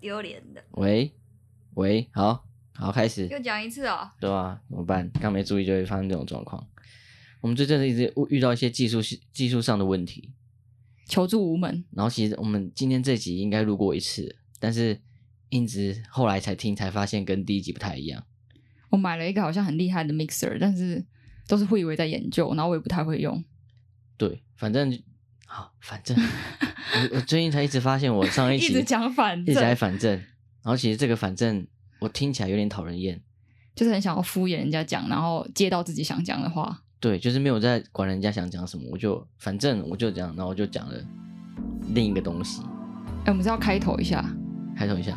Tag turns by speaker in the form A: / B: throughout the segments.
A: 丢脸的。
B: 喂喂，好好开始，
A: 又讲一次哦，
B: 对啊，怎么办？刚没注意就会发生这种状况。我们最近一直遇到一些技术技术上的问题，
C: 求助无门。
B: 然后其实我们今天这集应该录过一次，但是一直后来才听才发现跟第一集不太一样。
C: 我买了一个好像很厉害的 mixer，但是都是会以为在研究，然后我也不太会用。
B: 对，反正好，反 正我我最近才一直发现，我上一集
C: 一直讲反
B: 一直在
C: 正
B: 反正，然后其实这个反正我听起来有点讨人厌，
C: 就是很想要敷衍人家讲，然后接到自己想讲的话。
B: 对，就是没有在管人家想讲什么，我就反正我就这样，然后我就讲了另一个东西，
C: 哎、我们是要开头一下，
B: 开头一下。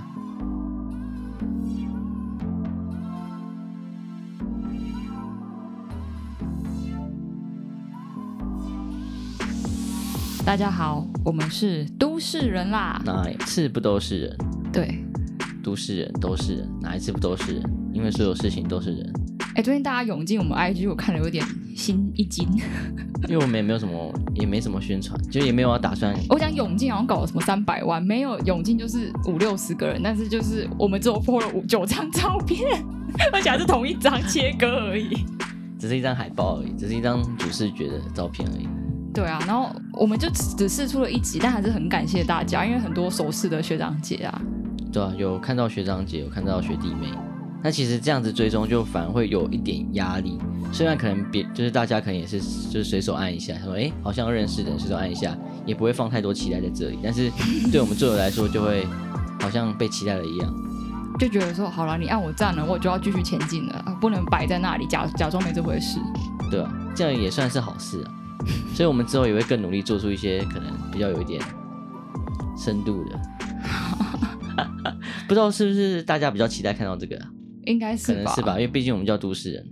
C: 大家好，我们是都市人啦。
B: 哪一次不都是人？
C: 对，
B: 都市人都是人，哪一次不都是人？因为所有事情都是人。
C: 哎、最近大家涌进我们 IG，我看了有点心一惊。
B: 因为我们也没有什么，也没什么宣传，就也没有要打算。
C: 我讲涌进好像搞了什么三百万，没有涌进就是五六十个人，但是就是我们只有 po 了五九张照片， 而且还是同一张切割而已。
B: 只是一张海报而已，只是一张主视觉的照片而已。
C: 对啊，然后我们就只只试出了一集，但还是很感谢大家，因为很多熟识的学长姐啊，
B: 对啊，有看到学长姐，有看到学弟妹。那其实这样子追踪就反而会有一点压力，虽然可能别就是大家可能也是就是随手按一下，说哎、诶好像认识的，随手按一下，也不会放太多期待在这里。但是对我们队友来说，就会好像被期待了一样。
C: 就觉得说好了，你按我赞了，我就要继续前进了，啊不能摆在那里假假装没这回事。
B: 对啊，这样也算是好事啊。所以我们之后也会更努力做出一些可能比较有一点深度 的。不知道是不是大家比较期待看到这个、啊，
C: 应该
B: 可
C: 是
B: 能
C: 吧？
B: 是吧？因为毕竟我们叫都市人，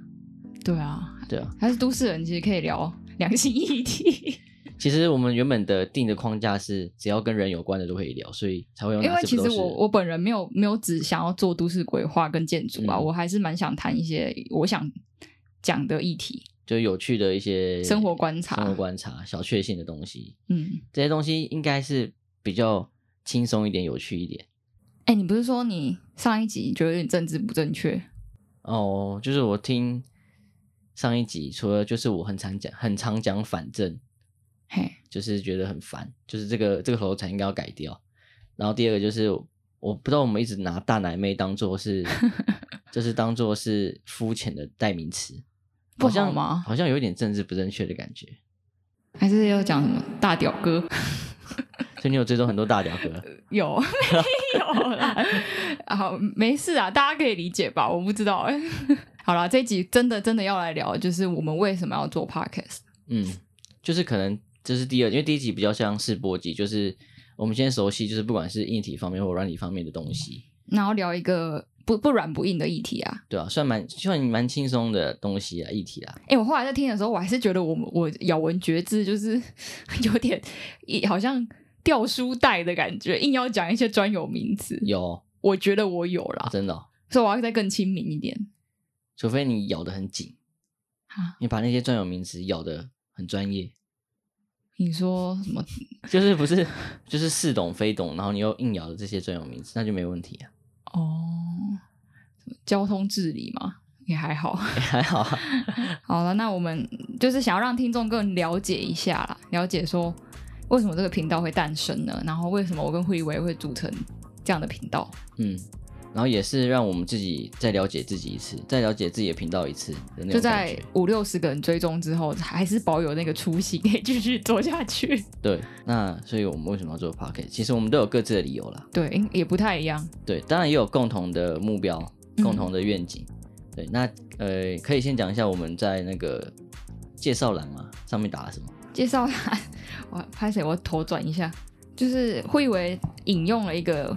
C: 对啊，
B: 对啊。
C: 还是都市人其实可以聊良性 议题，
B: 其实我们原本的定的框架是，只要跟人有关的都可以聊，所以才会有
C: 因
B: 哪
C: 为
B: 次
C: 其
B: 不
C: 实
B: 都是
C: 我
B: 人。
C: 我本人没有没有只想要做都市规划跟建筑吧，
B: 嗯
C: 我还是蛮想谈一些我想讲的议题，
B: 就有趣的一些
C: 生活观察
B: 生活观察、小确幸的东西，
C: 嗯。
B: 这些东西应该是比较轻松一点、有趣一点。
C: 哎、你不是说你上一集觉得有点政治不正确？
B: 哦，就是我听上一集，除了就是我很常讲、很常讲反正，
C: 嘿，
B: 就是觉得很烦，就是这个这个口头禅应该要改掉。然后第二个就是，我不知道我们一直拿大奶妹当做 是，就是当做是肤浅的代名词，
C: 不
B: 好像
C: 好吗
B: 好像有一点政治不正确的感觉。
C: 还是要讲什么大屌哥？
B: 所以你有追踪很多大屌 哥，
C: 有没有啦？好，没事啊，大家可以理解吧？我不知道 哎、好啦，这一集真的真的要来聊，就是我们为什么要做 podcast？
B: 嗯，就是可能这是第二，因为第一集比较像试播集，就是我们先熟悉，就是不管是硬体方面或软体方面的东西，
C: 然后聊一个不不软不硬的议题啊。
B: 对啊，算蛮算蛮轻松的东西啊，议题啊，
C: 哎、我后来在听的时候，我还是觉得我我咬文嚼字就是 有点一好像掉书袋的感觉，硬要讲一些专有名词。
B: 有
C: 我觉得我有啦，
B: 真的哦、
C: 所以我要再更亲民一点。
B: 除非你咬得很紧
C: 啊，
B: 你把那些专有名词咬得很专业，
C: 你说什么？
B: 就是不是就是似懂非懂，然后你又硬咬的这些专有名词，那就没问题啊，
C: 哦，什么交通治理嘛，也还好。
B: 也还好啊，
C: 好了，那我们就是想要让听众更了解一下啦，了解说为什么这个频道会诞生呢？然后为什么我跟慧维会组成这样的频道？
B: 嗯。然后也是让我们自己再了解自己一次，再了解自己的频道一次的那
C: 就
B: 种感觉
C: 在。五六十个人追踪之后，还是保有那个初心，可以继续做 下去。
B: 对，那所以我们为什么要做 p o c k e t 其实我们都有各自的理由啦。
C: 对，也不太一样。
B: 对，当然也有共同的目标、
C: 嗯
B: 共同的愿景。对，那呃，可以先讲一下我们在那个介绍栏嘛上面打了什么？
C: 介绍他， 我拍谁？我头转一下，就是慧维引用了一个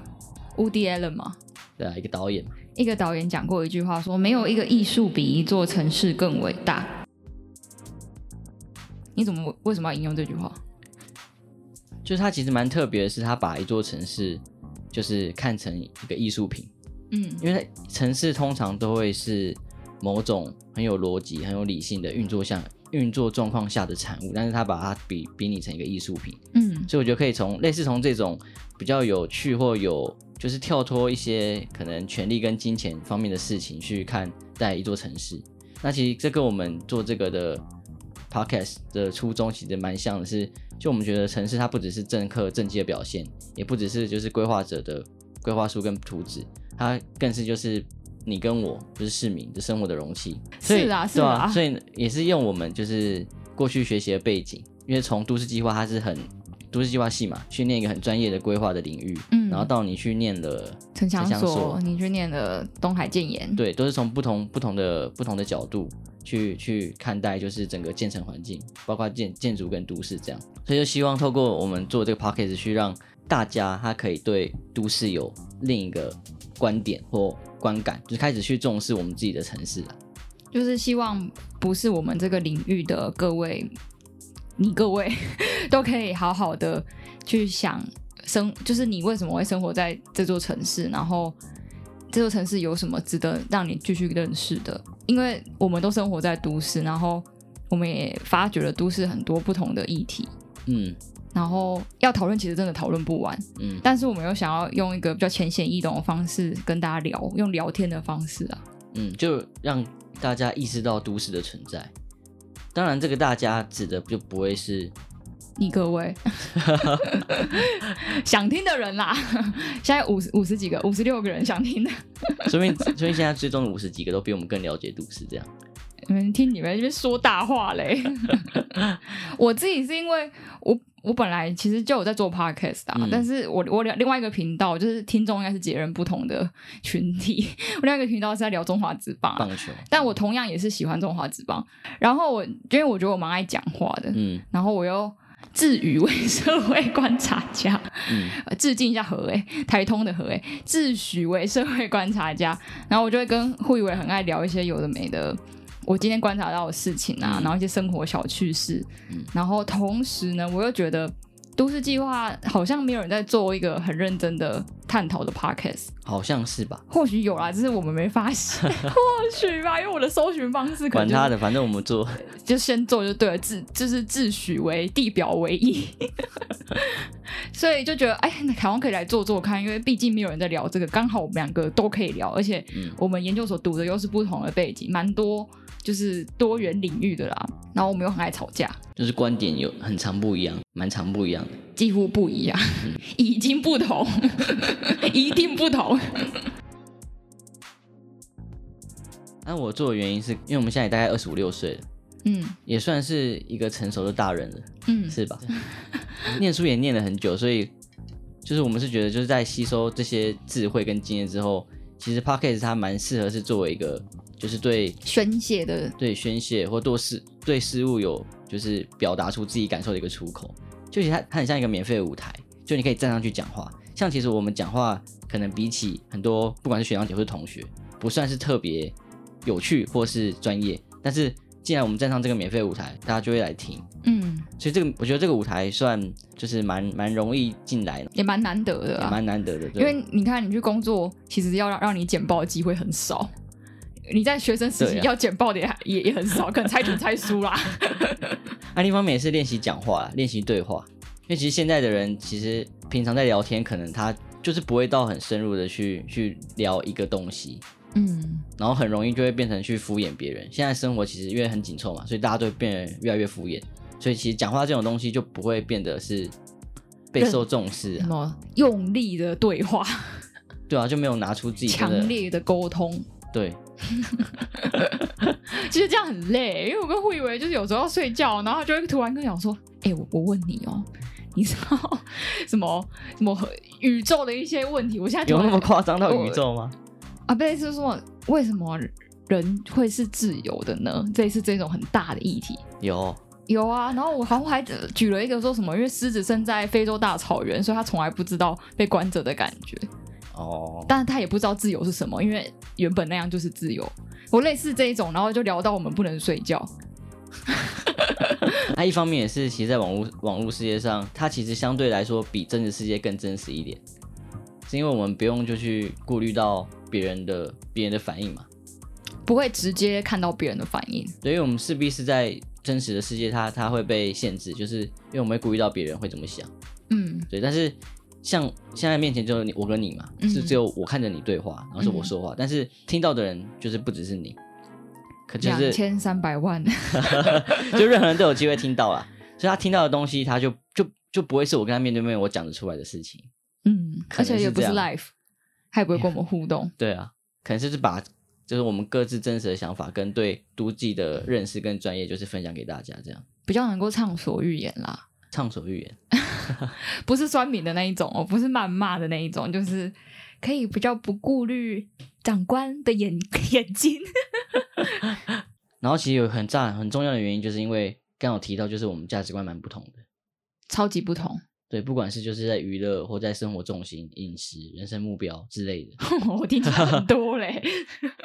C: Woody Allen 嘛，
B: 对啊，一个导演嘛。
C: 一个导演讲过一句话说，没有一个艺术比一座城市更伟大。你怎么为什么要引用这句话？
B: 就是他其实蛮特别的是，他把一座城市就是看成一个艺术品，
C: 嗯
B: 因为城市通常都会是某种很有逻辑、很有理性的运作下运作状况下的产物，但是他把它比比拟成一个艺术品，
C: 嗯
B: 所以我觉得可以从类似从这种比较有趣或有就是跳脱一些可能权力跟金钱方面的事情去看待一座城市。那其实这跟我们做这个的 podcast 的初衷其实蛮像的是，就我们觉得城市它不只是政客政绩的表现，也不只是就是规划者的规划书跟图纸，它更是就是。你跟我就是市民的生活的容器，所以
C: 是啊
B: 对吧
C: 是啊
B: 所以也是用我们就是过去学习的背景，因为从都市计划它是很都市计划系嘛，去念一个很专业的规划的领域，
C: 嗯
B: 然后到你去念了，
C: 城墙
B: 城墙
C: 所
B: 所，
C: 你去念了东海建研，
B: 对，都是从不同不同的不同的角度去去看待，就是整个建成环境，包括建建筑跟都市这样，所以就希望透过我们做这个 p o c k e t 去让大家他可以对都市有另一个观点或观感，就是开始去重视我们自己的城市了。啊
C: 就是希望不是我们这个领域的各位，你各位 都可以好好的去想生，就是你为什么会生活在这座城市，然后这座城市有什么值得让你继续认识的？因为我们都生活在都市，然后我们也发掘了都市很多不同的议题，
B: 嗯
C: 然后要讨论其实真的讨论不完，
B: 嗯，
C: 但是我们又想要用一个比较浅显易懂的方式跟大家聊，用聊天的方式啊，
B: 嗯，就让大家意识到都市的存在。当然，这个大家指的就不会是
C: 你各位 想听的人啦， 现在五十五十几个、五十六个人想听的，
B: 说明 说明现在追踪的五十几个都比我们更了解都市这样。
C: 你们听你们在这边说大话嘞。我自己是因为我我本来其实就有在做 podcast 啊，
B: 嗯
C: 但是我我另另外一个频道就是听众应该是截然不同的群体， 我另外一个频道是在聊中华职棒啊、
B: 棒球，
C: 但我同样也是喜欢中华职棒，然后我因为我觉得我蛮爱讲话的，
B: 嗯
C: 然后我又自诩为社会观察家，
B: 嗯
C: 呃致敬一下何诶，台通的何诶，自诩为社会观察家，然后我就会跟互以为很爱聊一些有的没的，我今天观察到的事情啊，
B: 嗯
C: 然后一些生活小趣事，
B: 嗯
C: 然后同时呢，我又觉得都市计划好像没有人在做一个很认真的探讨的 podcast，
B: 好像是吧。
C: 或许有啦，只是我们没 发现，或许吧，因为我的搜寻方式可
B: 管
C: 能就是
B: 他的，反正我们做
C: 就先做就对了，自就是自诩为地表唯一， 所以就觉得哎，那台湾可以来做做看，因为毕竟没有人在聊这个，刚好我们两个都可以聊，而且
B: 嗯
C: 我们研究所读的又是不同的背景，蛮多就是多元领域的啦，然后我们又很爱吵架，
B: 就是观点有很常不一样，蛮常不一样的。
C: 几乎不一样，已经不同，一定不同，
B: 那我做的原因是因为我们现在也大概二十五六岁了，
C: 嗯
B: 也算是一个成熟的大人了，
C: 嗯，
B: 是吧？ 念书也念了很久，所以就是我们是觉得就是在吸收这些智慧跟经验之后，其实 p o c k e t 它蛮适合是作为一个就是对
C: 宣泄的
B: 对宣泄或对事对事物有就是表达出自己感受的一个出口。就其实它它很像一个免费的舞台，就你可以站上去讲话。像其实我们讲话，可能比起很多不管是学长姐或是同学，不算是特别有趣或是专业，但是既然我们站上这个免费的舞台，大家就会来听。
C: 嗯，
B: 所以这个我觉得这个舞台算就是蛮蛮容易进来的，
C: 也蛮难得的
B: 也
C: 啊，
B: 蛮难得的。
C: 因
B: 对
C: 为你看，你去工作，其实要让让你简报的机会很少。你在学生时期
B: 对啊
C: 要简报的也、也也很少，可能猜拳猜 输啦。
B: 啊，另一方面也是练习讲话啦，练习对话。因为其实现在的人，其实平常在聊天，可能他就是不会到很深入的去去聊一个东西，
C: 嗯，
B: 然后很容易就会变成去敷衍别人。现在生活其实因为很紧凑嘛，所以大家都变得越来越敷衍，所以其实讲话这种东西就不会变得是备受重视、
C: 什
B: 啊，
C: 么用力的对话，
B: 对啊，就没有拿出自己真
C: 强
B: 的
C: 烈的沟通，
B: 对，
C: 其实这样很累。因为我跟慧维就是有时候要睡觉，然后他就会突然跟我讲说：“哎、我我问你哦、你知道什么什么宇宙的一些问题？我现在突
B: 有
C: 然
B: 那么夸张到宇宙吗？
C: 啊，不对，就是说为什么人会是自由的呢？这是这种很大的议题。
B: 有，
C: 有啊，然后我好像还举了一个说什么，因为狮子生在非洲大草原，所以他从来不知道被关着的感觉，
B: 哦，
C: 但是他也不知道自由是什么，因为原本那样就是自由。我类似这一种，然后就聊到我们不能睡觉，
B: 那、一方面也是，其实，在网络网络世界上，它其实相对来说比真实世界更真实一点，是因为我们不用就去顾虑到别人的别人的反应嘛，
C: 不会直接看到别人的反应。
B: 对，因为我们势必是在真实的世界它，它会被限制，就是因为我们会顾虑到别人会怎么想，
C: 嗯
B: 对。但是像现在面前只有你，我跟你嘛，
C: 嗯
B: 是只有我看着你对话，然后是我说话，但是听到的人就是不只是你，可就
C: 两
B: 是
C: 千三百万，
B: 就任何人都有机会听到啦。啊所以他听到的东西，他就就就不会是我跟他面对面我讲得出来的事情。
C: 嗯，
B: 可
C: 而
B: 能是
C: 且也不是
B: 这样
C: live，还不会跟我们互动，
B: 对啊，可能就是把就是我们各自真实的想法跟对都记
C: 嗯
B: 的认识跟专业，就是分享给大家，这样
C: 比较能够畅所欲言啦。
B: 畅所欲言。
C: 不是酸民的那一种哦，不是谩骂的那一种，就是可以比较不顾虑长官的眼 眼睛。
B: 然后其实有很大很重要的原因，就是因为刚刚有提到，就是我们价值观蛮不同的。
C: 超级不同，
B: 对，不管是就是在娱乐或在生活重心、饮食、人生目标之类的，
C: 我听起来很多 嘞，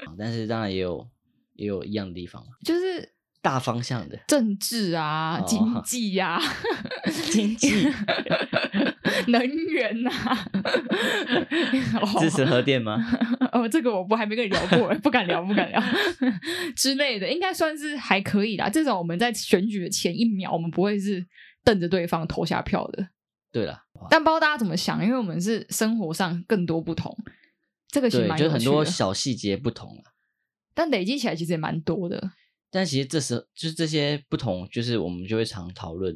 B: 啊但是当然也有也有一样的地方嘛，
C: 就是
B: 大方向的
C: 政治啊、
B: 哦
C: 经济啊呀、
B: 经济
C: 能源啊呐、
B: 支持核电吗？
C: 哦，这个我不还没跟你聊过，不敢聊，不敢聊 之类的，应该算是还可以啦。至少我们在选举的前一秒，我们不会是瞪着对方投下票的。
B: 对啦，
C: 但不知道大家怎么想，因为我们是生活上更多不同，这个其实
B: 对，
C: 蛮
B: 就是
C: 有
B: 很
C: 趣的。
B: 多小细节不同啊啦。
C: 但累积起来其实也蛮多的。
B: 但其实这时候就是这些不同，就是我们就会常讨论，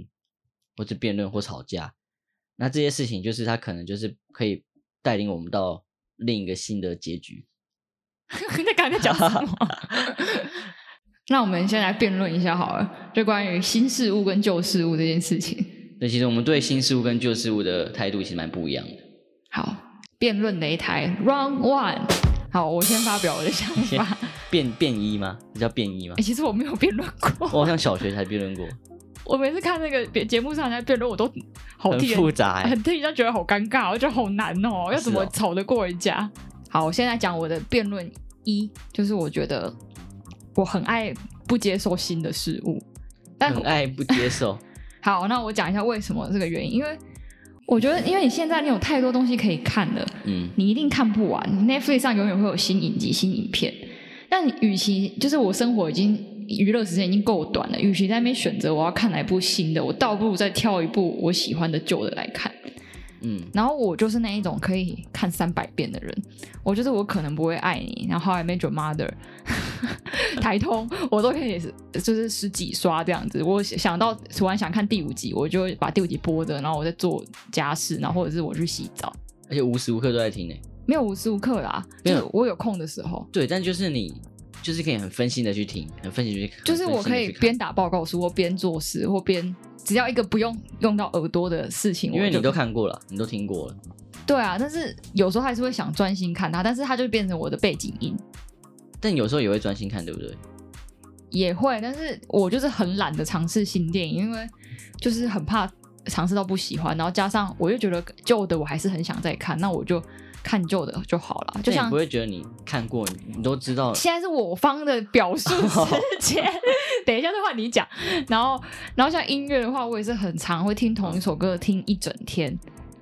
B: 或者辩论或吵架。那这些事情就是它可能就是可以带领我们到另一个新的结局。
C: 你 在刚才讲什么？ 那我们先来辩论一下好了，就关于新事物跟旧事物这件事情。
B: 对，其实我们对新事物跟旧事物的态度其实蛮不一样的。
C: 好，辩论擂台 Round One。好，我先发表我的想
B: 先
C: 法。
B: 变变衣吗？这叫变衣吗
C: 欸、？其实我没有辩论过，
B: 我好像小学才辩论过，
C: 我每次看那个别节目上人家辩论，我都好
B: 很
C: 替人
B: 复杂、欸。
C: 哦很替人家觉得好尴尬，我觉得好难哦，要怎么
B: 是哦
C: 吵得过人家？好，我现在讲我的辩论一，就是我觉得我很爱不接受新的事物，但
B: 很爱不接受，
C: 好，那我讲一下为什么这个原因，因为我觉得，因为你现在你有太多东西可以看了，
B: 嗯，
C: 你一定看不完。你 Netflix 上永远会有新影集、新影片，但与其就是我生活已经娱乐时间已经够短了，与其在那边选择我要看哪部新的，我倒不如再挑一部我喜欢的旧的来看。
B: 嗯，
C: 然后我就是那一种可以看三百遍的人，我就是我可能不会爱你，然后 I Met Your Mother，台通我都可以是就是十几刷这样子。我想到突然想看第五集，我就会把第五集播着，然后我在做家事，然后或者是我去洗澡，
B: 而且无时无刻都在听呢、
C: 没有无时无刻啦，
B: 没
C: 就
B: 有
C: 是我有空的时候。
B: 对，但就是你，就是可以很分心的去听，很分心地去看，
C: 就是我
B: 很分
C: 可
B: 心地
C: 以
B: 去看
C: 边打报告书或边做事或边只要一个不用用到耳朵的事情，
B: 因为
C: 我就
B: 你都看过了，你都听过了，
C: 对啊，但是有时候还是会想专心看它，但是它就变成我的背景音。
B: 但有时候也会专心看，对不对？
C: 也会，但是我就是很懒得尝试新电影，因为就是很怕尝试到不喜欢，然后加上我又觉得旧的我还是很想再看，那我就看旧的就好了。
B: 但
C: 就
B: 你
C: 像
B: 不会觉得你看过，你你都知道，
C: 现在是我方的表述时间，等一下再换你讲。然后，然后像音乐的话，我也是很常会听同一首歌听一整天，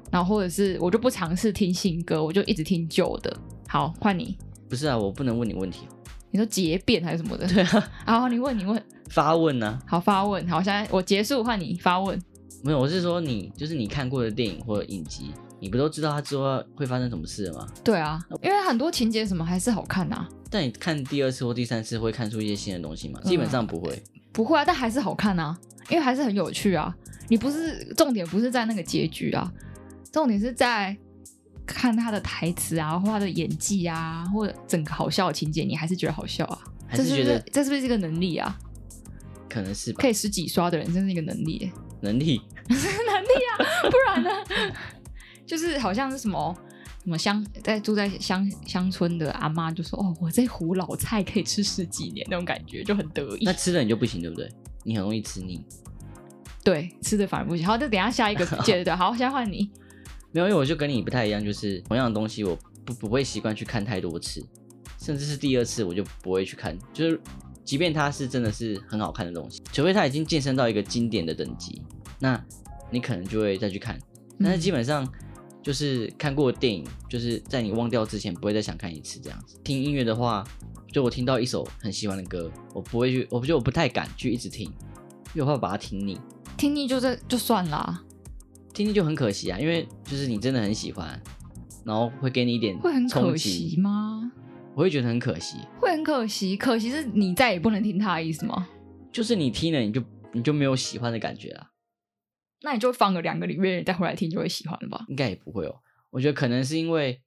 C: 然后或者是我就不尝试听新歌，我就一直听旧的。好，换你，
B: 不是啊，我不能问你问题，
C: 你说结辩还是什 么的？对啊，好，你问你问，
B: 发问呢、
C: 好发问，好，现在我结束，换你发问。
B: 没有，我是说你，就是你看过的电影或者影集，你不都知道它之后会发生什么事了吗？
C: 对啊，因为很多情节什么还是好看呐、啊
B: 但你看第二次或第三次会看出一些新的东西吗？基
C: 嗯
B: 本上不会。
C: 不会啊，但还是好看啊，因为还是很有趣啊。你不是重点不是在那个结局啊，重点是在看他的台词啊，或他的演技啊，或者整个好笑的情节，你还是觉得好笑啊。
B: 还是
C: 这
B: 觉
C: 不
B: 得
C: 是这是不是一个能力啊？
B: 可能是吧
C: 可，以十几刷的人，真是一个能力 耶、
B: 能力
C: 能力啊，不然呢？ 就是好像是什么什么乡在住在乡乡村的阿妈就说：“哦，我这壶老菜可以吃十几年”那种感觉就很得意
B: 那。吃了你就不行，对不对？你很容易吃腻。
C: 对，吃的反而不行。好，就等一下下一个接 着对，好，现在换你。
B: 没有，因为我就跟你不太一样，就是同样的东西，我不不会习惯去看太多次，甚至是第二次我就不会去看。就是，即便它是真的是很好看的东西，除非它已经晋升到一个经典的等级，那你可能就会再去看。但是基本上就是看过的电影，就是在你忘掉之前不会再想看一次这样子。听音乐的话，就我听到一首很喜欢的歌，我不会去，我就我不太敢去一直听，有办法把它听腻，
C: 听腻就这就算啦，
B: 听腻就很可惜啊，因为就是你真的很喜欢，然后会给你一点
C: 会很
B: 冲
C: 可
B: 击
C: 惜，吗？
B: 我会觉得很可惜。
C: 会很可惜，可惜是你再也不能听他的意思吗？
B: 就是你听了你就你就没有喜欢的感觉啊，
C: 那你就放个两个礼拜再回来听，就会喜欢了吧？
B: 应该也不会哦。我觉得可能是因为，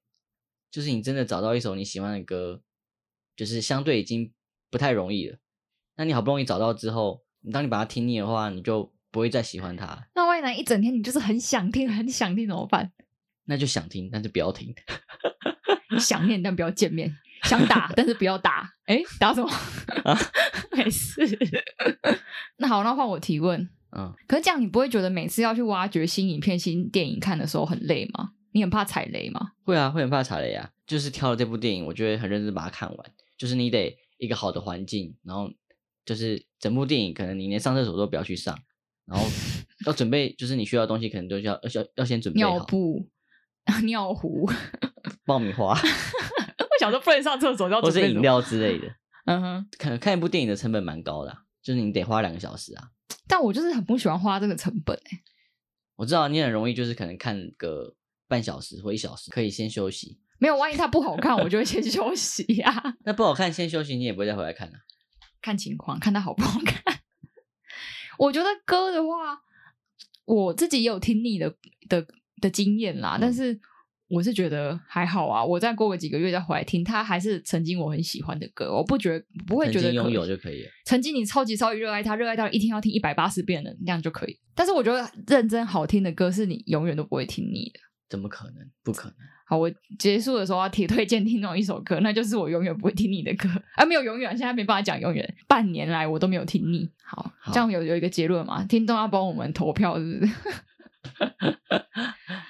B: 就是你真的找到一首你喜欢的歌，就是相对已经不太容易了。那你好不容易找到之后，你当你把它听腻的话，你就不会再喜欢它，
C: 那万一呢一整天你就是很想听，很想听怎么办？
B: 那就想听，但是不要听。
C: 想念但不要见 面，想打但是不要打。哎、打什么？啊 没事。那好，那换我提问。
B: 嗯，
C: 可是这样你不会觉得每次要去挖掘新影片、新电影看的时候很累吗？你很怕踩雷吗？
B: 会啊，会很怕踩雷啊。就是挑了这部电影，我就会很认真把它看完。就是你得一个好的环境，然后就是整部电影可能你连上厕所都不要去上，然 后要准备就是你需要的东西，可能都需要要要要先准备
C: 尿
B: 好。
C: 布、 尿壶，
B: 爆米花
C: 我想说不能上厕 所，要
B: 或
C: 准备
B: 是
C: 什么
B: 饮。料之类的。
C: 嗯哼，
B: 看看一部电影的成本蛮高的啊、就是你得花两个小时啊。
C: 但我就是很不喜欢花这个成本、欸。
B: 我知道你很容易就是可能看个半小时或一小时，可以先休息。
C: 没有，万一它不好看，我就会先 休息呀、
B: 那不好看先休息，你也不会再回来看啊。
C: 看情况，看它好不好看。 我觉得歌的话，我自己也有听腻的的的经验啦，
B: 嗯
C: 但是我是觉得还好啊。我再过个几个月再回来听，它还是曾经我很喜欢的歌，我不觉得不会觉
B: 曾
C: 得
B: 经
C: 可
B: 拥有就可以了。
C: 曾经你超级超级热爱它，热爱到一天要听一百八十遍的那样就可以。但是我觉得认真好听的歌是你永远都不会听腻的。
B: 怎么可能？不可能！
C: 好，我结束的时候要提推荐听众一首歌，那就是我永远不会听腻的歌啊，没有永远，现在没办法讲永远，半年来我都没有听腻。好，
B: 好
C: 这样有有一个结论嘛？听众要帮我们投票，是不是？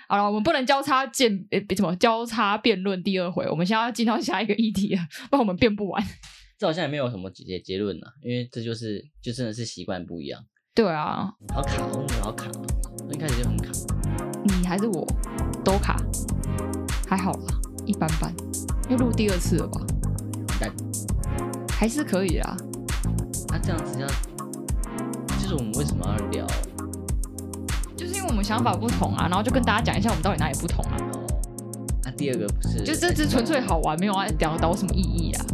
C: 好了，我们不能交叉辩，呃，什么交叉辩论第二回，我们现在要进到下一个议题了，不然我们辩不完。
B: 这好像也没有什么结结论呢、啊，因为这就是就真的是习惯不一样。
C: 对啊，
B: 好卡哦，好卡哦，一开始就很卡。
C: 你还是我都卡，还好啦，一般般，因为录第二次了吧，
B: 但
C: 还是可以啦。
B: 那、啊这样子要，就是我们为什么要聊？
C: 就是因为我们想法不同啊，然后就跟大家讲一下我们到底哪里不同啊。
B: 哦，那、第二个不是？
C: 就这只纯粹好玩，没有要啊聊到什么意义啊。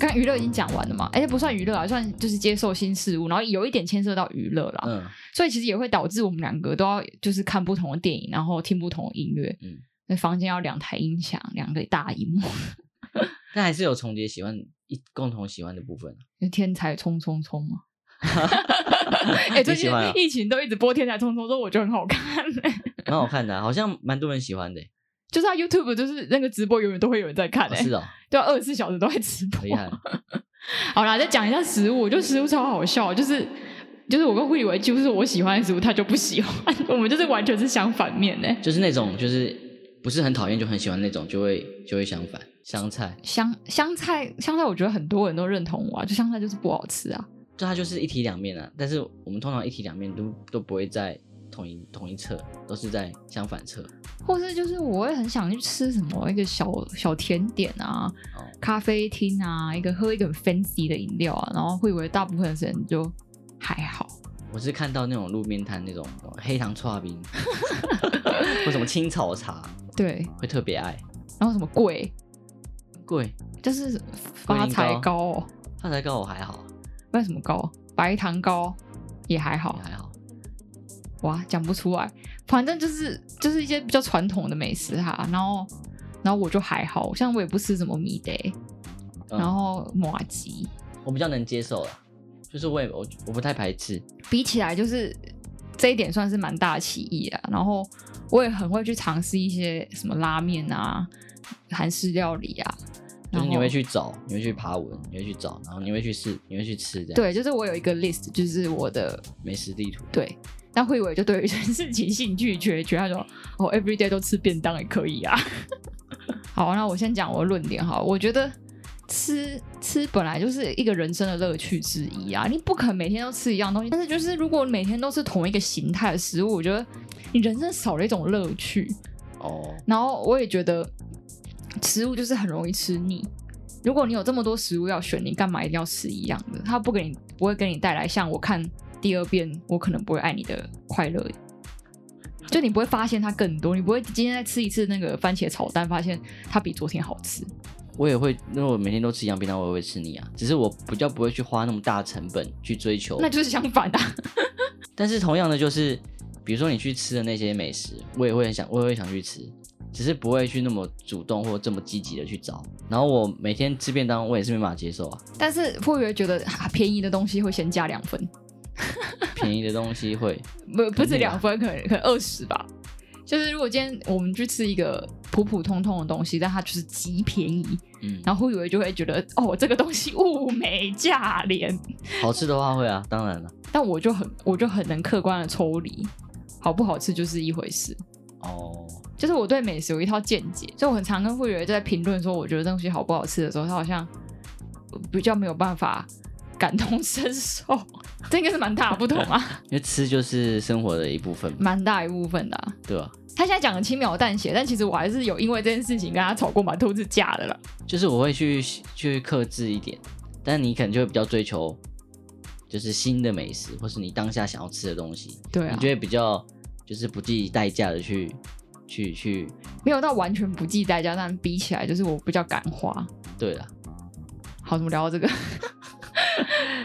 C: 刚才娱乐已经讲完了嘛，而且不算娱乐啊，算就是接受新事物，然后有一点牵涉到娱乐啦，
B: 嗯，
C: 所以其实也会导致我们两个都要就是看不同的电影，然后听不同的音乐，
B: 嗯
C: 那房间要两台音响，两个大荧幕，
B: 但还是有重叠喜欢一共同喜欢的部分啊。
C: 就天才冲冲冲 嘛。 哎、最
B: 你喜
C: 近
B: 欢啊
C: 疫情都一直播《天才冲冲冲》，我觉得很好看、
B: 蛮好看的啊、好像蛮多人喜欢的欸、
C: 就是他 YouTube 就是那个直播，永远都会有人在看、
B: 哦
C: 欸，
B: 是哦，
C: 对啊，二十四小时都在直播。
B: 厉害。
C: 好啦，再讲一下食物，我觉得食物超好笑，就是就是我跟胡以为就是我喜欢的食物，他就不喜欢， 我们就是完全是相反面欸呢、
B: 就是那种就是不是很讨厌就很喜欢那种，就会就会相反。香菜，
C: 香香菜，香菜，我觉得很多人都认同我啊，就香菜就是不好吃啊。
B: 就它就是一体两面啊。但是我们通常一体两面都都不会在同一同一侧，都是在相反侧。
C: 或是就是我会很想去吃什么一个小小甜点啊，
B: 哦，
C: 咖啡厅啊，一个喝一个很 fancy 的饮料啊，然后会以为大部分的时间就还好。
B: 我是看到那种路边摊那种哦黑糖刨冰， 或什么青草茶，
C: 对，
B: 会特别爱。
C: 然后什么贵，
B: 贵，
C: 就是发财糕、哦，
B: 发财糕我还好，
C: 不知道什么糕，白糖糕也还好
B: 也。还好。
C: 哇，讲不出来，反正就是就是一些比较传统的美食哈。然后然后我就还好，像我也不吃什么米的、欸
B: 嗯
C: 然后马吉，
B: 我比较能接受啦，就是我也我我不太排斥。
C: 比起来就是这一点算是蛮大的歧义啊。然后我也很会去尝试一些什么拉面啊、韩式料理啊，
B: 就
C: 然
B: 是
C: 后
B: 你会去找，你会去爬文，你会去找，然后你会去试，你会去吃这样。，
C: 对，就是我有一个 list，就是我的
B: 美食地图。
C: 对。那慧伟就对于 这件事情兴趣缺缺，他说：“哦，every day 都吃便当也可以啊。”好，那我先讲我的论点哈，我觉得吃吃本来就是一个人生的乐趣之一啊，你不可能每天都吃一样东西，但是就是如果每天都是同一个形态的食物，我觉得你人生少了一种乐趣。
B: 哦，
C: 然后我也觉得食物就是很容易吃腻。如果你有这么多食物要选，你干嘛一定要吃一样的？它不给你，不会给你带来像我看第二遍，我可能不会爱你的快乐。就你不会发现它更多，你不会今天再吃一次那个番茄炒蛋，发现它比昨天好吃。
B: 我也会，因为我每天都吃一样便当，我也会吃腻啊。只是我比较不会去花那么大成本去追求。
C: 那就是相反的、啊。
B: 但是同样的，就是比如说你去吃的那些美食，我也会很想，我也会想去吃，只是不会去那么主动或这么积极的去找。然后我每天吃便当，我也是没办法接受啊。
C: 但是会不会觉得、啊便宜的东西会先加两分？
B: 便宜的东西会，
C: 不不
B: 肯定
C: 止
B: 啊
C: 两分，可能可能二十吧。就是如果今天我们去吃一个普普通通的东西，但它就是极便宜，
B: 嗯，
C: 然后会以为就会觉得哦，这个东西物美价廉。
B: 好吃的话会啊，当然了。
C: 但我就很我就很能客观的抽离，好不好吃就是一回事。
B: 哦，
C: 就是我对美食有一套见解，所以我很常跟傅园在评论说，我觉得东西好不好吃的时候，他好像比较没有办法感同身受，这应该是蛮大的不同啊，
B: 因为吃就是生活的一部分嘛，
C: 蛮大一部分的啊、
B: 对吧？
C: 他现在讲的轻描淡写，但其实我还是有因为这件事情跟他吵过蛮多次架的了。
B: 就是我会去去克制一点，但你可能就会比较追求，就是新的美食，或是你当下想要吃的东西，
C: 对
B: 你
C: 啊
B: 就，会比较就是不计代价的去去去，
C: 没有到完全不计代价，但比起来就是我比较敢花。
B: 对了，
C: 好，怎么聊到这个？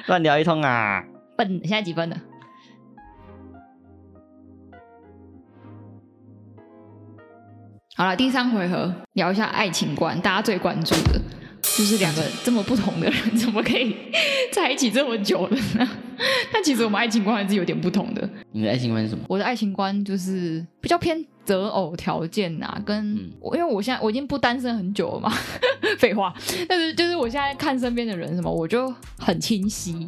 B: 乱聊一通啊！
C: 笨，现在几分了？好了，第三回合聊一下爱情观，大家最关注的就是两个这么不同的人怎么可以在一起这么久了呢？ 但其实我们爱情观还是有点不同的。
B: 你的爱情观是什么？
C: 我的爱情观就是比较偏择偶条件呐、跟、
B: 嗯
C: 我因为我现在我已经不单身很久了嘛， 废话。但是就是我现在看身边的人什么，我就很清晰，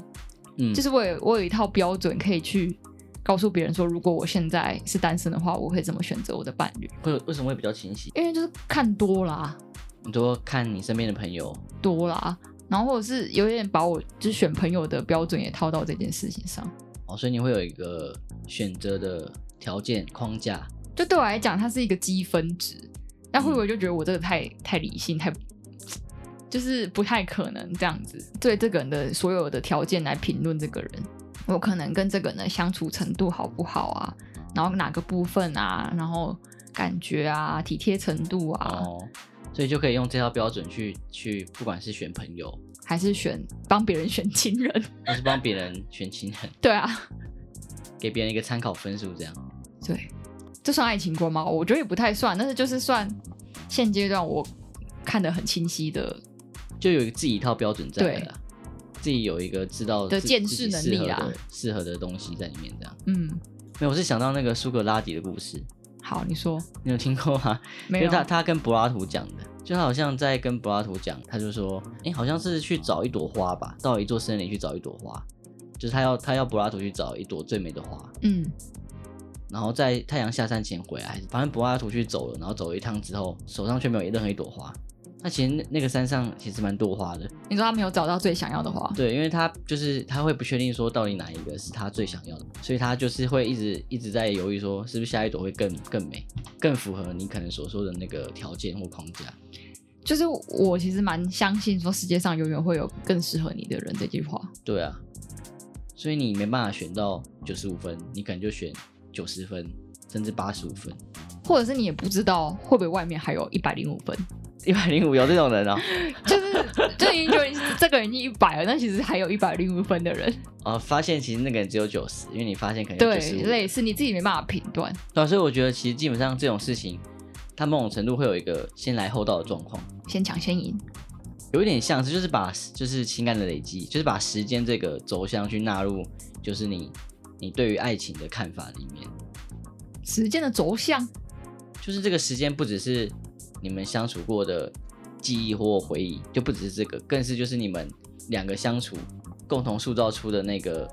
B: 嗯，
C: 就是我有我有一套标准可以去告诉别人说，如果我现在是单身的话，我会怎么选择我的伴侣？
B: 会为什么会比较清晰？
C: 因为就是看多啦、
B: 你多看你身边的朋友，
C: 多啦，然后或者是有点把我就是选朋友的标准也套到这件事情上。
B: 哦，所以你会有一个选择的条件框架，
C: 就对我来讲，它是一个积分值。但会不
B: 嗯
C: 会就觉得我这个太太理性，太就是不太可能这样子对这个人的所有的条件来评论这个人？我可能跟这个人的相处程度好不好啊？然后哪个部分啊？然后感觉啊，体贴程度啊，
B: 哦，所以就可以用这套标准去去，不管是选朋友，
C: 还是选帮别人选亲人？
B: 或是帮别人选情人，
C: 对啊，
B: 给别人一个参考分数，这样。
C: 对，这算爱情观吗？我觉得也不太算，但是就是算现阶段我看得很清晰的
B: 就有自己一套标准在了啦，自己有一个知道
C: 的
B: 自
C: 见识能力
B: 自己适
C: 啦，
B: 合的适合的东西在里面这样。
C: 嗯，
B: 没有，我是想到那个苏格拉底的故事，
C: 好，你说
B: 你有听过吗？
C: 没
B: 就
C: 有？啊
B: 他他跟柏拉图讲的，就他好像在跟柏拉图讲，他就说，哎，好像是去找一朵花吧，到一座森林去找一朵花，就是他要他要柏拉图去找一朵最美的花，
C: 嗯，
B: 然后在太阳下山前回来，反正柏拉图去走了，然后走了一趟之后，手上却没有任何一朵花。那其实那那个山上其实蛮多花的，
C: 你说他没有找到最想要的花，
B: 对，因为他就是他会不确定说到底哪一个是他最想要的，所以他就是会一直一直在犹豫说是不是下一朵会更更美，更符合你可能所说的那个条件或框架。
C: 就是我其实蛮相信说世界上永远会有更适合你的人这句话。
B: 对啊，所以你没办法选到九十五分，你可能就选九十分甚至八十五分，
C: 或者是你也不知道会不会外面还有一百零五分，
B: 一百零五有这种人啊、
C: 就是 就已经觉得这个人已经一百了，但其实还有一百零五分的人，
B: 哦，发现其实那个人只有九十，因为你发现可能
C: 对
B: 九十，五。
C: 类似你自己没办法评断，
B: 对啊，所以我觉得其实基本上这种事情，它某种程度会有一个先来后到的状况。
C: 先抢先赢，
B: 有一点像是，就是把就是情感的累积，就是把时间这个轴向去纳入，就是你你对于爱情的看法里面，
C: 时间的轴向，
B: 就是这个时间不只是你们相处过的记忆或回忆，就不只是这个，更是就是你们两个相处共同塑造出的那个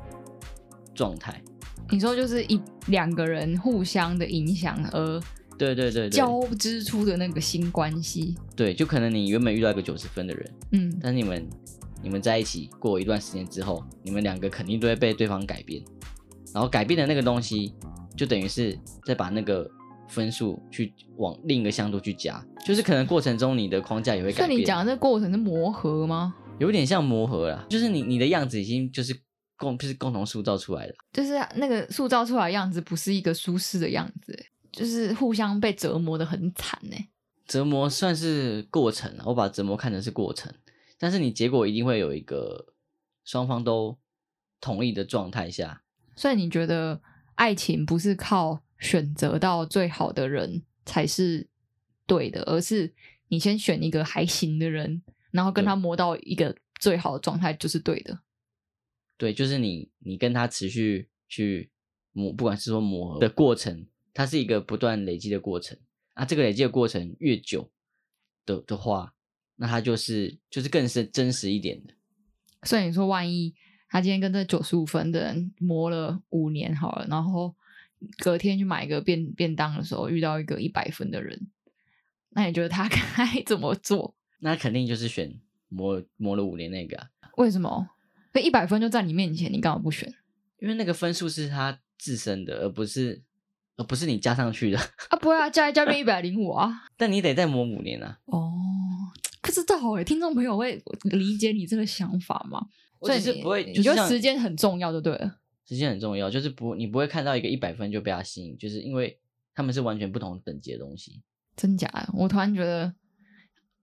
B: 状态。
C: 你说就是一两个人互相的影响而
B: 对对对对，
C: 交织出的那个新关系。
B: 对，就可能你原本遇到一个九十分的人，
C: 嗯，
B: 但是你们你们在一起过一段时间之后，你们两个肯定都会被对方改变，然后改变的那个东西，就等于是再把那个分数去往另一个向度去加，就是可能过程中你的框架也会
C: 所
B: 改
C: 以你
B: 变，
C: 讲的这个过程是磨合吗？
B: 有点像磨合啦，就是你你的样子已经就是共就是共同塑造出来的，
C: 就是那个塑造出来的样子不是一个舒适的样子，欸就是互相被折磨的很惨欸呢。
B: 折磨算是过程啊，我把折磨看成是过程，但是你结果一定会有一个双方都同意的状态下，
C: 所以你觉得爱情不是靠选择到最好的人才是对的，而是你先选一个还行的人，然后跟他磨到一个最好的状态就是对的。
B: 对，就是你你跟他持续去磨，不管是说磨合的过程，它是一个不断累积的过程啊。这个累积的过程越久的的话，那它就是就是更是真实一点的。
C: 所以你说，万一他今天跟这九十五分的人磨了五年好了，然后隔天去买一个便便当的时候遇到一个一百分的人，那你觉得他 该怎么做？
B: 那肯定就是选磨磨了五年那个、啊，
C: 为什么？那一百分就在你面前，你干嘛不选
B: 因为那个分数是他自身的，而不是而不是你加上去的。
C: 啊？不会啊，加一加变一百零五啊。
B: 但你得再磨五年啊。
C: 哦，不知道哎，听众朋友会理解你这个想法吗？
B: 我只是
C: 所以你
B: 不会，
C: 你
B: 就
C: 觉
B: 是
C: 得
B: 像
C: 时间很重要就对了。
B: 时间很重要，就是不你不会看到一个一百分就被他吸引，就是因为他们是完全不同等级的东西。
C: 真假的？我突然觉得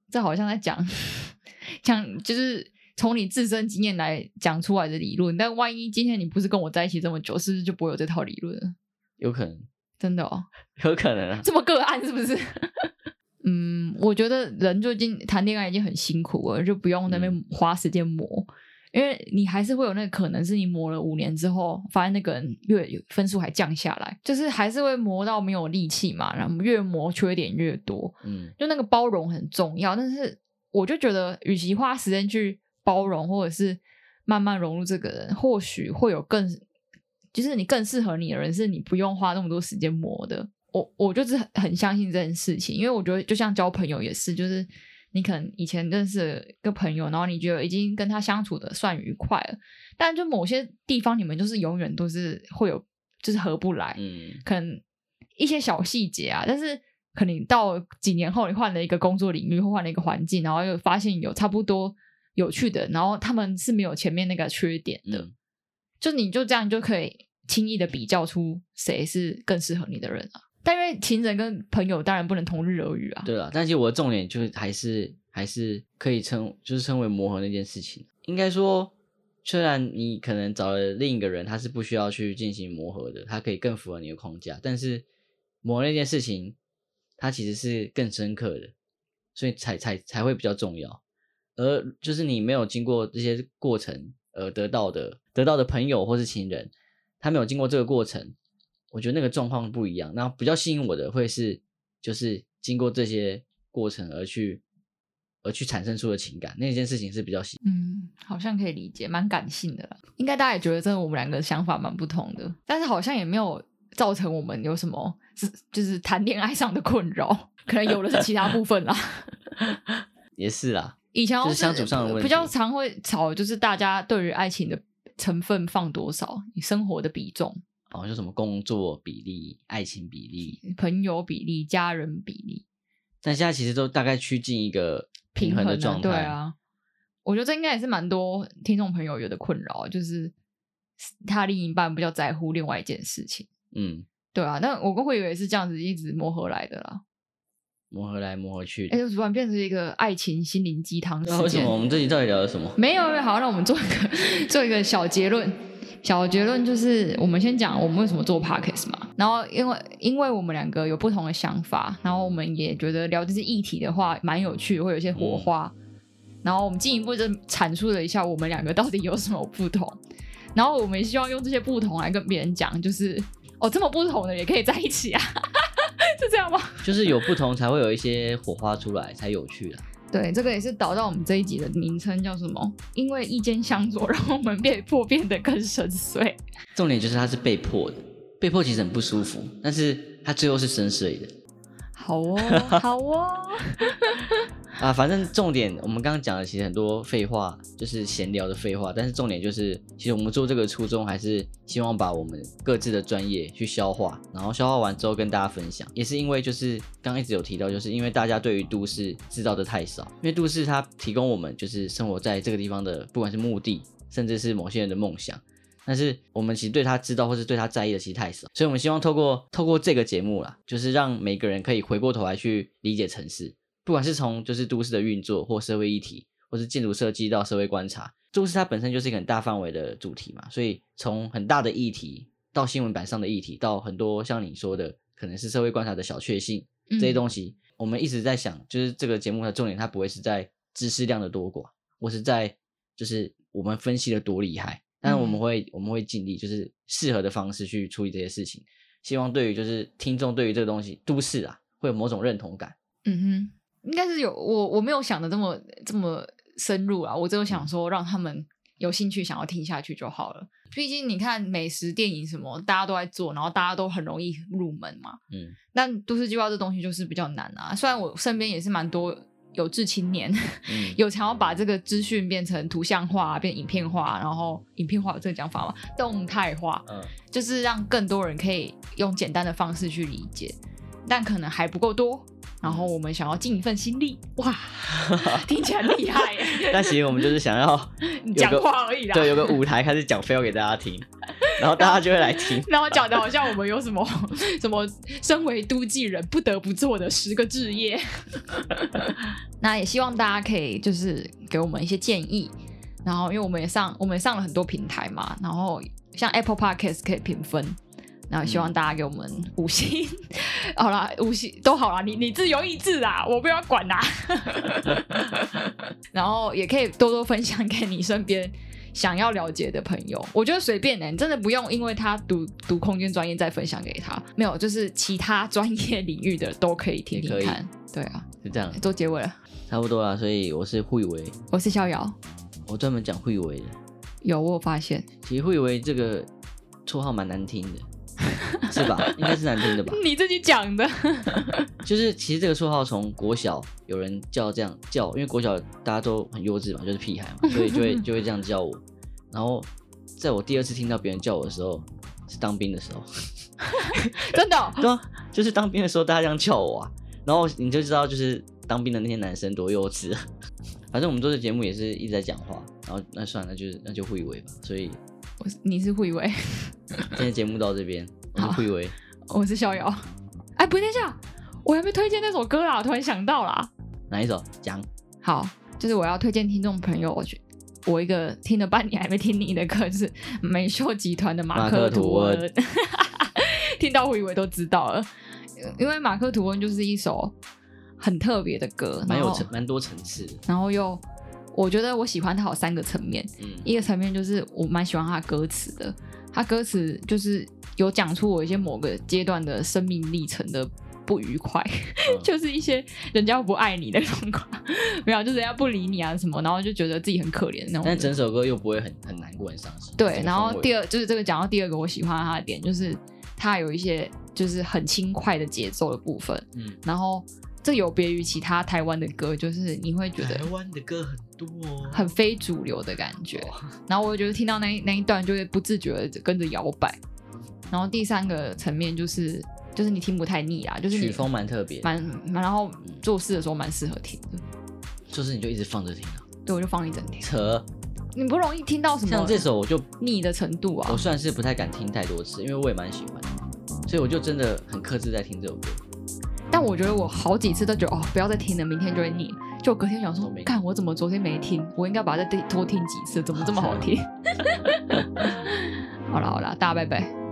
C: 这好像在讲 讲，就是从你自身经验来讲出来的理论。但万一今天你不是跟我在一起这么久，是不是就不会有这套理论了？
B: 有可能，
C: 真的哦，
B: 有可能啊。
C: 这么个案是不是？ 嗯，我觉得人就已经谈恋爱已经很辛苦了，就不用那边花时间磨，因为你还是会有那个可能是你磨了五年之后，发现那个人越分数还降下来，就是还是会磨到没有力气嘛，然后越磨缺点越多。
B: 嗯，
C: 就那个包容很重要，但是我就觉得，与其花时间去包容，或者是慢慢融入这个人，或许会有更，就是你更适合你的人，是你不用花那么多时间磨的。我我就是很很相信这件事情，因为我觉得就像交朋友也是，就是你可能以前认识了一个朋友，然后你觉得已经跟他相处的算愉快了，但就某些地方你们就是永远都是会有就是合不来，
B: 嗯，
C: 可能一些小细节啊，但是可能到几年后，你换了一个工作领域或换了一个环境，然后又发现有差不多有趣的，然后他们是没有前面那个缺点的，
B: 嗯
C: 就你就这样就可以轻易的比较出谁是更适合你的人啊。但因为情人跟朋友当然不能同日而语啊，
B: 对了，但其实我的重点就是还是还是可以称就是称为磨合那件事情。应该说，虽然你可能找了另一个人，他是不需要去进行磨合的，他可以更符合你的框架，但是磨合那件事情，它其实是更深刻的，所以才才才会比较重要。而就是你没有经过这些过程而得到的得到的朋友或是情人，他没有经过这个过程，我觉得那个状况不一样。那比较吸引我的会是，就是经过这些过程而去而去产生出的情感，那件事情是比较吸引。
C: 嗯，好像可以理解，蛮感性的啦。应该大家也觉得，这我们两个想法蛮不同的，但是好像也没有造成我们有什么是就是谈恋爱上的困扰， 可能有的是其他部分啦。
B: 也是啦，
C: 以前好像
B: 就是相处上的问题
C: 比较常会吵，就是大家对于爱情的成分放多少，你生活的比重、
B: 哦，就什么工作比例、爱情比例，
C: 朋友比例、家人比例
B: 但现在其实都大概趋近一个平
C: 衡
B: 衡
C: 啊
B: 的状态。
C: 对，啊，我觉得这应该也是蛮多听众朋友有的困扰，就是他另一半比较在乎另外一件事情。
B: 嗯，
C: 对啊，但我跟慧宇也是这样子一直磨合来的啦。
B: 磨合来磨合去的。
C: 哎，就突然变成一个爱情心灵鸡汤事
B: 那为什
C: 件
B: 么。我们这集到底聊了什么？
C: 没有，没有。好，让我们做一个做一个小结论。小结论就是，我们先讲我们为什么做 podcast 嘛。然后，因为因为我们两个有不同的想法，然后我们也觉得聊这些议题的话蛮有趣，会有一些火花。然后我们进一步就阐述了一下我们两个到底有什么不同。然后我们也希望用这些不同来跟别人讲，就是哦，这么不同的也可以在一起啊， 是这样吗？
B: 就是有不同才会有一些火花出来，才有趣啊。
C: 对，这个也是导到我们这一集的名称叫什么？因为意见相左，让我们被迫变得更深邃。
B: 重点就是它是被迫的，被迫其实很不舒服，但是它最后是深邃的。
C: 好 哦，好哦，
B: 啊，反正重点我们刚刚讲的其实很多废话，就是闲聊的废话，但是重点就是，其实我们做这个初衷还是希望把我们各自的专业去消化，然后消化完之后跟大家分享。也是因为就是刚刚一直有提到，就是因为大家对于都市知道的太少，因为都市它提供我们就是生活在这个地方的，不管是目的，甚至是某些人的梦想。但是我们其实对他知道或是对他在意的其实太少，所以我们希望透过透过这个节目啦，就是让每个人可以回过头来去理解城市，不管是从就是都市的运作或社会议题，或是建筑设计到社会观察，都市它本身就是一个很大范围的主题嘛，所以从很大的议题到新闻版上的议题，到很多像你说的可能是社会观察的小确幸
C: 嗯
B: 这些东西，我们一直在想，就是这个节目的重点，它不会是在知识量的多寡，或是在就是我们分析的多厉害，但是我们
C: 嗯
B: 会我们会尽力就是适合的方式去处理这些事情，希望对于就是听众对于这个东西都市啊会有某种认同感。
C: 嗯哼，应该是有我我没有想的这么这么深入啊，我只有想说让他们有兴趣想要听下去就好了。毕竟你看美食、电影什么，大家都在做，然后大家都很容易入门嘛。
B: 嗯，
C: 但都市计划这东西就是比较难啊。虽然我身边也是蛮多有志青年，
B: 嗯
C: 有想要把这个资讯变成图像化、变影片化，然后影片化有这个讲法嘛，动态化，
B: 嗯
C: 就是让更多人可以用简单的方式去理解，但可能还不够多。然后我们想要尽一份心力， 哇，听起来很厉害耶！
B: 但 其实我们就是想要
C: 你
B: 有
C: 讲
B: 个
C: 话而已啦，
B: 对有个舞台开始讲非要给大家听，然后大家就会来听。
C: 然后讲的好像我们有什么什么身为都记人不得不做的十个职业。 那也希望大家可以就是给我们一些建议，然后因为我们也上我们也上了很多平台嘛，然后像 Apple Podcast 可以评分。然后希望大家给我们五星， 好啦，五星都好啦，你你自由意志啦，我不要管啦。 然后也可以多多分享给你身边想要了解的朋友。我觉得随便呢、欸你真的不用因为他读读空间专业再分享给他，没有，就是其他专业领域的都可以听听
B: 也可
C: 看。对啊，
B: 就这样，
C: 做结尾了，
B: 差不多啦。所以我是慧维，
C: 我是逍遥，
B: 我专门讲慧维的。
C: 有我有发现
B: 其实慧维这个绰号蛮难听的，是吧？应该是难听的吧？
C: 你自己讲的，
B: 就是其实这个绰号从国小有人叫这样叫，因为国小大家都很幼稚嘛，就是屁孩嘛，所以就会就会这样叫我。然后在我第二次听到别人叫我的时候，是当兵的时候，
C: 真的哦、
B: 对啊，就是当兵的时候大家这样叫我啊，然后你就知道就是当兵的那些男生多幼稚。啊 反正我们做这节目也是一直在讲话，然后那算了，那就是那就互以为吧。所以
C: 我是你是慧伟，
B: 今天节目到这边，我是
C: 好
B: 互以为，
C: 哦我是逍遥。 哎，不，等一下，我还没推荐那首歌啦，我突然想到啦。
B: 哪一首？讲。
C: 好，就是我要推荐听众朋友，我去我一个听了半年还没听你的歌是美秀集团的马克
B: 马
C: 吐
B: 克
C: 温， 听到我以为都知道了，因为马克吐温就是一首很特别的歌，
B: 蛮
C: 然
B: 有
C: 后
B: 层，蛮多层次的。
C: 然后又我觉得我喜欢它有三个层面，
B: 嗯
C: 一个层面就是我蛮喜欢他的歌词的，他歌词就是有讲出我一些某个阶段的生命历程的不愉快，
B: 嗯
C: 就是一些人家不爱你的状况，没有，就是人家不理你啊什么，然后就觉得自己很可怜那种
B: 但
C: 人。
B: 整首歌又不会很很难过、很伤心。
C: 对，然后第
B: 二，
C: 二就是这个讲到第二个我喜欢他的点，就是他有一些就是很轻快的节奏的部分，
B: 嗯，
C: 然后这有别于其他台湾的歌，就是你会觉得
B: 台湾的歌很多、哦，
C: 很非主流的感觉。然后我觉得听到那一那一段，就会不自觉的跟着摇摆。然后第三个层面就是，就是你听不太腻啦，就是你
B: 曲风蛮特别，
C: 蛮蛮，然后做事的时候蛮适合听的。
B: 就是你就一直放着听啊。
C: 对，我就放一整天，
B: 扯，
C: 你不容易听到什么
B: 像这哦首我就
C: 腻的程度啊
B: 我。算是不太敢听太多次，因为我也蛮喜欢的，所以我就真的很克制在听这首歌。
C: 但我觉得我好几次都觉得哦，不要再听了，明天就会腻。就我隔天想说
B: 我没，
C: 看我怎么昨天没听，我应该 把它再多听几次，怎么这么好听？好啦好啦，大家拜拜。